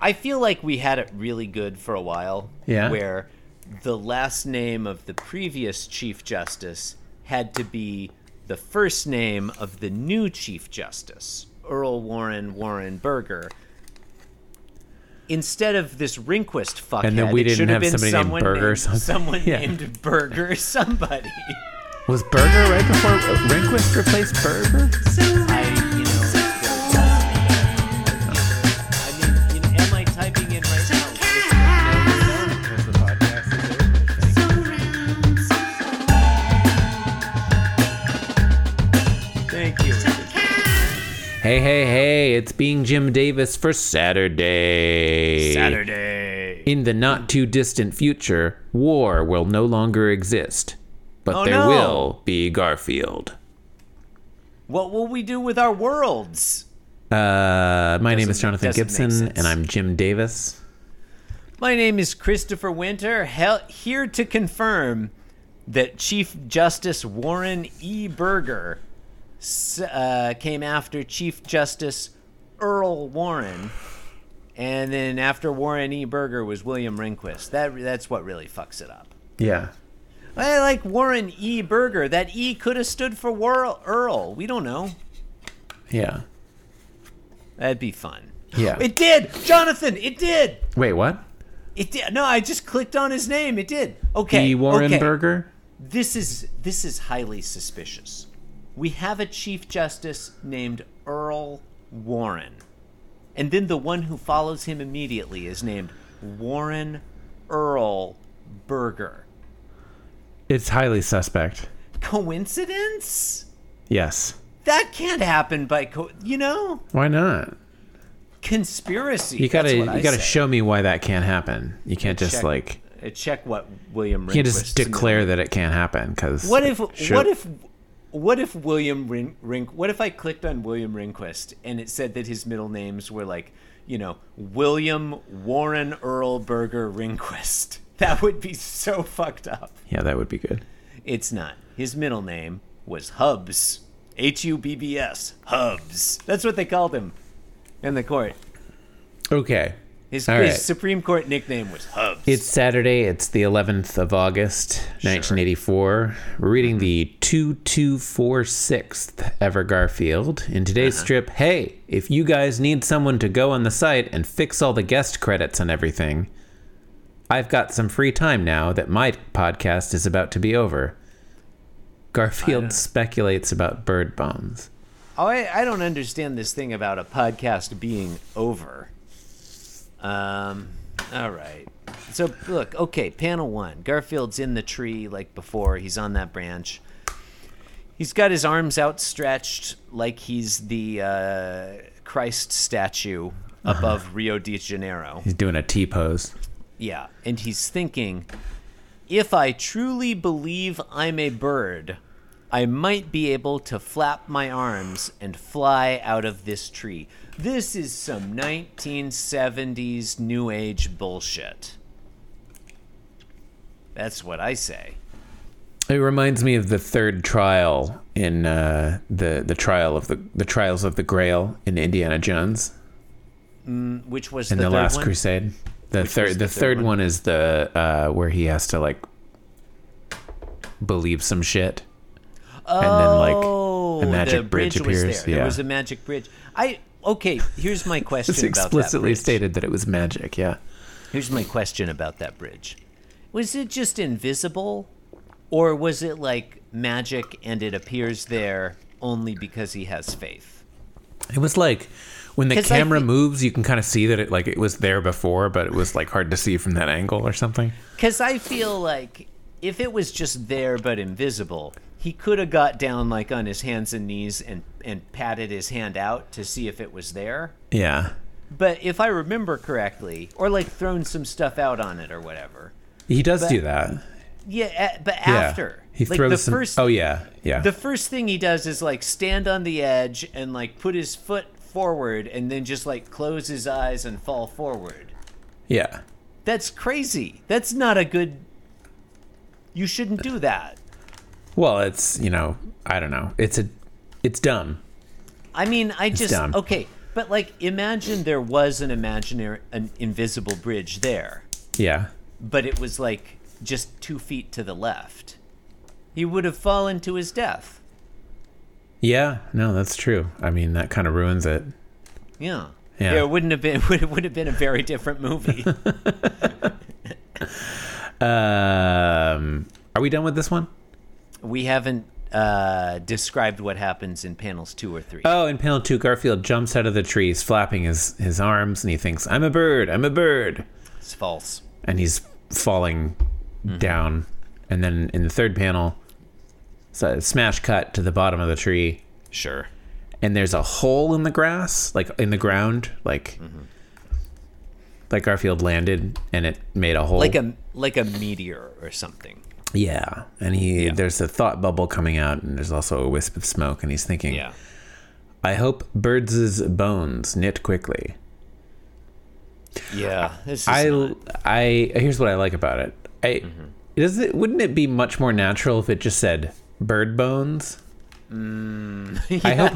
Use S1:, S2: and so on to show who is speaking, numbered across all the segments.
S1: I feel like we had it really good for a while.
S2: Yeah.
S1: Where the last name of the previous Chief Justice had to be the first name of the new Chief Justice, Earl Warren Warren Burger. Instead of this Rehnquist fuckhead,
S2: And then we
S1: it
S2: didn't
S1: should
S2: have
S1: been
S2: somebody named
S1: someone
S2: Berger or
S1: named-
S2: something.
S1: Someone
S2: Yeah.
S1: named Burger somebody.
S2: Was Burger right before Rehnquist replaced
S1: I,
S2: Burger?
S1: you know, I mean, you know, am I typing in right now?
S2: Was the podcast
S1: Thank you.
S2: Hey, hey, hey, it's being Jim Davis for Saturday.
S1: Saturday.
S2: In the not too distant future, war will no longer exist. But
S1: Oh,
S2: there
S1: no.
S2: will be Garfield.
S1: What will we do with our worlds?
S2: Uh, my name is
S1: Doesn't-
S2: Jonathan
S1: doesn't make
S2: Gibson,
S1: sense.
S2: and I'm Jim Davis.
S1: My name is Christopher Winter, hel- here to confirm that Chief Justice Warren E. Berger s- uh, came after Chief Justice Earl Warren. And then after Warren E. Berger was William Rehnquist. That, that's what really fucks it up.
S2: Yeah.
S1: I like Warren E. Berger. That E could have stood for Warl- Earl. We don't know.
S2: Yeah.
S1: That'd be fun.
S2: Yeah.
S1: It did, Jonathan. It did.
S2: Wait, what?
S1: It did. No, I just clicked on his name. It did. Okay.
S2: E. Warren
S1: okay.
S2: Burger?
S1: This is this is highly suspicious. We have a chief justice named Earl Warren, and then the one who follows him immediately is named Warren Earl Burger.
S2: It's highly suspect.
S1: Coincidence?
S2: Yes.
S1: That can't happen by co- you know
S2: Why not?
S1: conspiracy.
S2: You gotta,
S1: That's
S2: you
S1: what I
S2: gotta
S1: say.
S2: show me why that can't happen. You can't just
S1: Check-
S2: like,
S1: uh, check what William.
S2: you can't just
S1: Rehnquist said.
S2: declare that it can't happen because
S1: What if what if what if William Rin- Rink? What if I clicked on William Rehnquist and it said that his middle names were like you know William Warren Earl Burger Rehnquist? That would be so fucked up.
S2: Yeah, that would be good.
S1: It's not. His middle name was Hubs. H U B B S. Hubs. That's what they called him in the court.
S2: Okay.
S1: His,
S2: All
S1: his
S2: right.
S1: Supreme Court nickname was Hubs.
S2: It's Saturday. It's the 11th of August, 1984. We're reading the 2246th Ever Garfield. In today's strip, hey, if you guys need someone to go on the site and fix all the guest credits and everything, I've got some free time now that my podcast is about to be over. Garfield speculates about bird bombs.
S1: Oh, I, I don't understand this thing about a podcast being over. Um, all right. So look, okay, panel one. Garfield's in the tree like before. He's on that branch. He's got his arms outstretched like he's the uh, Christ statue above Rio de Janeiro.
S2: He's doing a T pose.
S1: Yeah, and he's thinking, if I truly believe I'm a bird, I might be able to flap my arms and fly out of this tree. This is some 1970s new age bullshit. That's what I say.
S2: It reminds me of the third trial in uh, the the trial of the the trials of the Grail in Indiana Jones
S1: Which was
S2: in
S1: the,
S2: the,
S1: third
S2: Last
S1: one?
S2: Crusade. The third
S1: was
S2: the,
S1: the
S2: third,
S1: third
S2: one?
S1: one?
S2: is the uh, where he has to like believe some shit, and then like
S1: Oh,
S2: a magic
S1: the
S2: bridge
S1: bridge, was
S2: appears,
S1: there.
S2: yeah.
S1: There was a magic bridge. I okay. Here's my question
S2: it's
S1: about that
S2: explicitly
S1: bridge.
S2: stated that it was magic. Yeah,
S1: Here's my question about that bridge. Was it just invisible or was it like magic and it appears there only because he has faith?
S2: it was like when the
S1: 'Cause I
S2: camera
S1: thi-
S2: moves, you can kind of see that it like it was there before, but it was like hard to see from that angle or something.
S1: Cuz I feel like if it was just there but invisible, he could have got down like on his hands and knees and and patted his hand out to see if it was there.
S2: Yeah,
S1: But if I remember correctly, or like thrown some stuff out on it or whatever.
S2: he does do that.
S1: Yeah, a- but
S2: Yeah.
S1: after
S2: he
S1: like
S2: throws
S1: the
S2: some.
S1: first
S2: oh yeah, yeah.
S1: The first thing he does is like stand on the edge and like put his foot forward and then just like close his eyes and fall forward.
S2: Yeah.
S1: That's crazy. That's not a good. You shouldn't do that.
S2: Well, it's you know, I don't know. It's a, it's dumb.
S1: I mean, I just
S2: dumb.
S1: okay. But like, imagine there was an imaginary, an invisible bridge there,
S2: Yeah.
S1: but it was like just two feet to the left. He would have fallen to his death.
S2: Yeah, no, that's true. I mean, that kind of ruins it.
S1: Yeah.
S2: Yeah.
S1: It wouldn't have been. It would, it would have been a very different movie.
S2: Um, are we done with this one?
S1: we haven't uh, described what happens in panels two or three.
S2: Oh, in panel two, Garfield jumps out of the trees, flapping his, his arms, and he thinks, I'm a bird, I'm a bird.
S1: it's false.
S2: And he's falling
S1: Mm-hmm.
S2: down. And then in the third panel, so smash cut to the bottom of the tree,
S1: Sure.
S2: and there's a hole in the grass, like in the ground, like. Like Garfield landed and it made a hole.
S1: Like a like a meteor or something.
S2: Yeah, and he there's a thought bubble coming out, and there's also a wisp of smoke, and he's thinking,
S1: Yeah.
S2: "I hope birds' bones knit quickly."
S1: Yeah. This is
S2: I,
S1: not- Mm-hmm.
S2: I here's what I like about it. I does it wouldn't it be much more natural if it just said bird bones? I hope
S1: Mm,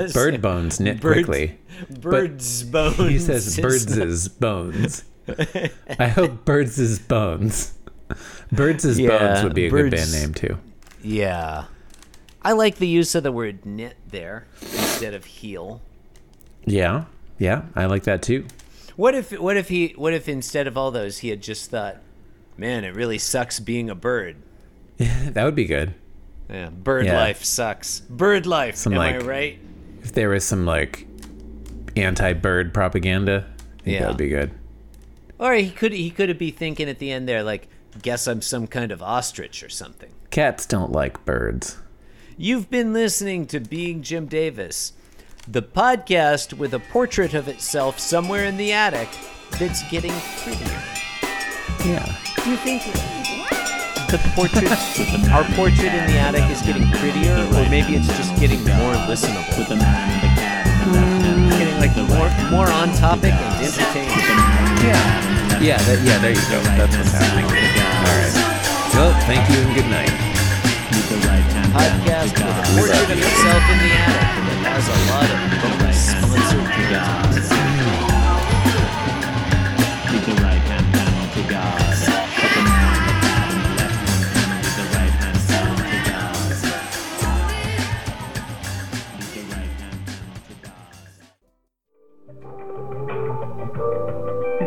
S1: Yes.
S2: bird bones knit
S1: Birds-
S2: quickly.
S1: Birds bones.
S2: He says
S1: is-
S2: birds' bones. I hope birds' bones. Birds' bones
S1: Yeah,
S2: would be a good band
S1: birds-
S2: name too.
S1: Yeah. I like the use of the word knit there instead of heel.
S2: Yeah, yeah, I like that too.
S1: What if what if he what if instead of all those he had just thought, man, it really sucks being a bird.
S2: That would be good.
S1: Yeah, bird
S2: Yeah.
S1: life sucks. Bird life.
S2: Some,
S1: am I
S2: like,
S1: right?
S2: If there was some like anti-bird propaganda, I think
S1: Yeah.
S2: that would be good.
S1: Or he could he could be thinking at the end there like, guess I'm some kind of ostrich or something.
S2: Cats don't like birds.
S1: You've been listening to Being Jim Davis, the podcast with a portrait of itself somewhere in the attic that's getting prettier.
S2: Yeah.
S1: Do you think the portrait, our portrait in the attic is getting prettier, or maybe it's just getting more listenable?
S3: with the man and the cat and the left hand.
S1: It's getting like more, more on topic and entertaining.
S2: Yeah. That, yeah. There you go. That's what's happening. All right. Well, thank you and good night.
S3: With the right hand
S1: Podcast with a portrait of itself in the attic that has a lot of bonus sponsored jobs.
S3: With the right hand down to God. With the man and the cat and the left hand. With the right hand down to God. With the right hand down to God.